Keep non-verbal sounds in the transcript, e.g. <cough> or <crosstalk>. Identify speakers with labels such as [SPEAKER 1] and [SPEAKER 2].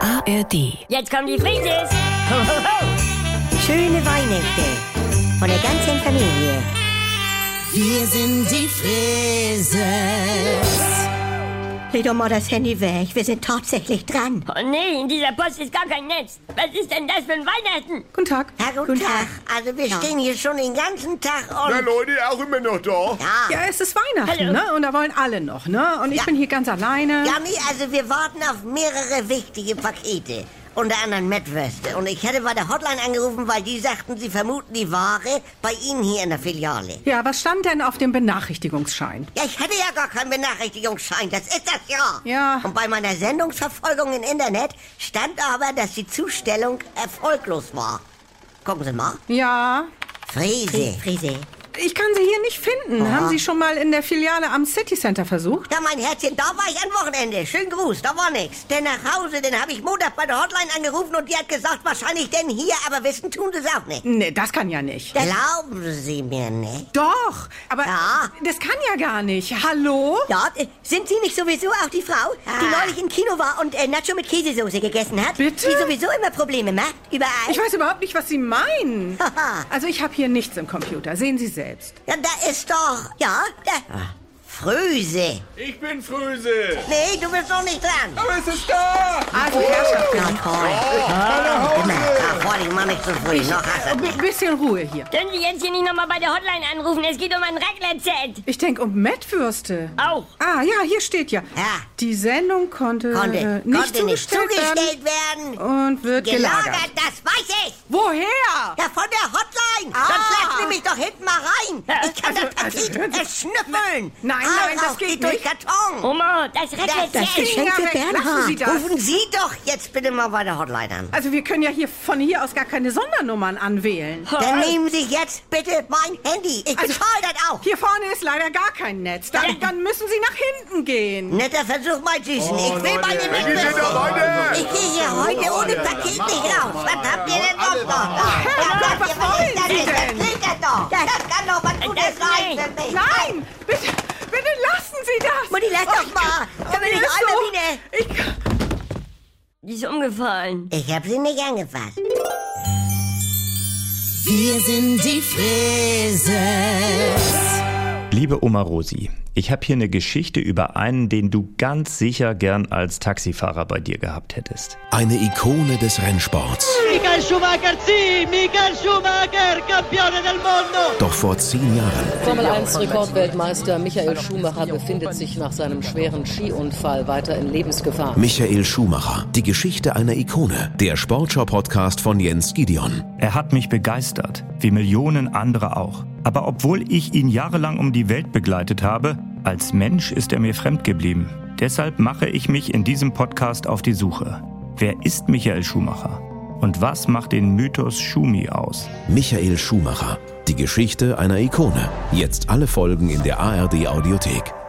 [SPEAKER 1] ARD.
[SPEAKER 2] Jetzt kommen die Frises!
[SPEAKER 3] Schöne Weihnachten von der ganzen Familie.
[SPEAKER 4] Wir sind die Frises.
[SPEAKER 3] Leg doch mal das Handy weg, wir sind tatsächlich dran.
[SPEAKER 2] Oh nee, in dieser Post ist gar kein Netz. Was ist denn das für ein Weihnachten?
[SPEAKER 5] Guten Tag.
[SPEAKER 6] Ja, guten, Tag. Also wir stehen hier schon den ganzen Tag
[SPEAKER 7] Na
[SPEAKER 6] und...
[SPEAKER 7] Leute, auch immer noch da.
[SPEAKER 6] Ja,
[SPEAKER 5] Ja, es ist Weihnachten,
[SPEAKER 2] Hallo.
[SPEAKER 5] ne? Und da wollen alle noch, ne? Und ich
[SPEAKER 6] Ja.
[SPEAKER 5] bin hier ganz
[SPEAKER 3] Hm?
[SPEAKER 5] alleine.
[SPEAKER 6] ja nee, also wir warten auf mehrere wichtige Pakete. Unter anderem Mettwürste. Und ich hätte bei der Hotline angerufen, weil die sagten, sie vermuten die Ware bei Ihnen hier in der Filiale.
[SPEAKER 5] Ja, was stand denn auf dem Benachrichtigungsschein?
[SPEAKER 6] Ja, ich hatte ja gar keinen Benachrichtigungsschein, das ist das ja.
[SPEAKER 5] Ja.
[SPEAKER 6] Und bei meiner Sendungsverfolgung im Internet stand aber, dass die Zustellung erfolglos war. Gucken Sie mal.
[SPEAKER 5] Ja,
[SPEAKER 6] Friese.
[SPEAKER 3] Frise,
[SPEAKER 5] ich kann sie hier nicht finden. Haben Sie schon mal in der Filiale am City Center versucht?
[SPEAKER 6] Ja, mein Herzchen, da war ich am Wochenende. Schön Gruß, da war nix. Denn nach Hause, dann habe ich Montag bei der Hotline angerufen und die hat gesagt, wahrscheinlich denn hier, aber wissen tun sie es auch nicht.
[SPEAKER 5] Nee, das kann ja nicht.
[SPEAKER 6] Glauben Sie mir nicht?
[SPEAKER 5] Doch, aber
[SPEAKER 6] Ja.
[SPEAKER 5] das kann ja gar nicht. Hallo?
[SPEAKER 3] Ja, äh, sind Sie nicht sowieso auch die Frau, die
[SPEAKER 6] Ah.
[SPEAKER 3] neulich im Kino war und äh, Nacho mit Käsesoße gegessen hat?
[SPEAKER 5] Bitte?
[SPEAKER 3] Die sowieso immer Probleme macht, überall.
[SPEAKER 5] Ich weiß überhaupt nicht, was Sie
[SPEAKER 6] <laughs>
[SPEAKER 5] meinen.
[SPEAKER 6] Haha.
[SPEAKER 5] Also ich habe hier nichts im Computer. Sehen Sie selbst.
[SPEAKER 6] Ja, da ist doch...
[SPEAKER 3] ja, da,
[SPEAKER 6] Fröse.
[SPEAKER 7] Ich bin Fröse.
[SPEAKER 6] Nee, du bist doch nicht dran.
[SPEAKER 7] Aber es ist da.
[SPEAKER 5] Also Herrschaften,
[SPEAKER 6] Ja, vor allem mach nicht zu früh, noch hast du.
[SPEAKER 5] ein bisschen Ruhe hier.
[SPEAKER 2] Können Sie jetzt hier nicht nochmal bei der Hotline anrufen? Es geht um ein Raclette-Set.
[SPEAKER 5] Ich denke um Mettwürste.
[SPEAKER 2] Auch.
[SPEAKER 5] Ah, ja, hier steht ja.
[SPEAKER 6] Ja.
[SPEAKER 5] Die Sendung konnte,
[SPEAKER 6] Konnte,
[SPEAKER 5] äh, nicht
[SPEAKER 6] konnte nicht
[SPEAKER 5] zugestellt,
[SPEAKER 6] zugestellt werden.
[SPEAKER 5] werden und wird gelagert.
[SPEAKER 6] Gelagert, das weiß ich.
[SPEAKER 5] Woher?
[SPEAKER 6] Ja, von der Hotline.
[SPEAKER 5] Ah.
[SPEAKER 6] Sonst lassen Sie mich doch hinten mal rein.
[SPEAKER 2] Ja,
[SPEAKER 6] Ich kann das
[SPEAKER 5] also,
[SPEAKER 6] Paket
[SPEAKER 5] also,
[SPEAKER 6] erschnüffeln.
[SPEAKER 5] Nein, nein, das
[SPEAKER 6] Weihrauch
[SPEAKER 5] geht
[SPEAKER 6] durch
[SPEAKER 5] nicht. Oh,
[SPEAKER 6] Karton.
[SPEAKER 2] Oma, das
[SPEAKER 3] das
[SPEAKER 2] Raclette-Set.
[SPEAKER 3] Geschenk für
[SPEAKER 5] weg. Lassen Sie
[SPEAKER 3] Bernhard.
[SPEAKER 5] das.
[SPEAKER 6] Rufen Sie doch jetzt bitte mal bei der Hotline an.
[SPEAKER 5] Also wir können ja hier von hier aus gar keine Sondernummern anwählen.
[SPEAKER 6] Dann nehmen Sie jetzt bitte mein Handy. Ich
[SPEAKER 5] Also-
[SPEAKER 6] bezahle das auch.
[SPEAKER 5] Hier vorne ist leider gar kein Netz. Dann, dann müssen Sie nach hinten gehen.
[SPEAKER 6] Netter Versuch, mein Süßen. ich will meine
[SPEAKER 7] Wir sind da
[SPEAKER 6] Mitwürste.
[SPEAKER 7] weiter.
[SPEAKER 6] Ich gehe hier heute ohne Paket nicht raus. Was habt ihr denn noch da?
[SPEAKER 5] Herr Mann, was wollen
[SPEAKER 6] das
[SPEAKER 5] Sie
[SPEAKER 6] ist? Das
[SPEAKER 5] denn? Äh,
[SPEAKER 6] klingt das doch. Das kann doch was Gutes
[SPEAKER 2] Das
[SPEAKER 6] sein
[SPEAKER 2] nicht.
[SPEAKER 6] für mich.
[SPEAKER 5] Nein, bitte, bitte lassen Sie das. Oh,
[SPEAKER 6] Mutti, lass doch mal. Da bin
[SPEAKER 5] mir
[SPEAKER 6] ich
[SPEAKER 5] ist
[SPEAKER 6] alle
[SPEAKER 5] so-
[SPEAKER 6] wieder.
[SPEAKER 5] Ich,
[SPEAKER 2] Die ist umgefallen.
[SPEAKER 6] Ich hab sie nicht angefasst.
[SPEAKER 4] Wir sind die Frises.
[SPEAKER 8] Liebe Oma Rosi, ich habe hier eine Geschichte über einen, den du ganz sicher gern als Taxifahrer bei dir gehabt hättest.
[SPEAKER 9] Eine Ikone des Rennsports.
[SPEAKER 10] Michael Schumacher, sì, Michael Schumacher, campione del mondo!
[SPEAKER 9] Doch vor zehn Jahren
[SPEAKER 11] Formel 1 Rekordweltmeister Michael Schumacher befindet sich nach seinem schweren Skiunfall weiter in Lebensgefahr.
[SPEAKER 9] Michael Schumacher. Die Geschichte einer Ikone. Der Sportschau-Podcast von Jens Gideon.
[SPEAKER 8] Er hat mich begeistert, wie Millionen andere auch. Aber obwohl ich ihn jahrelang um die Welt begleitet habe, als Mensch ist er mir fremd geblieben. Deshalb mache ich mich in diesem Podcast auf die Suche. Wer ist Michael Schumacher? Und was macht den Mythos Schumi aus?
[SPEAKER 9] Michael Schumacher. Die Geschichte einer Ikone. Jetzt alle Folgen in der ARD Audiothek.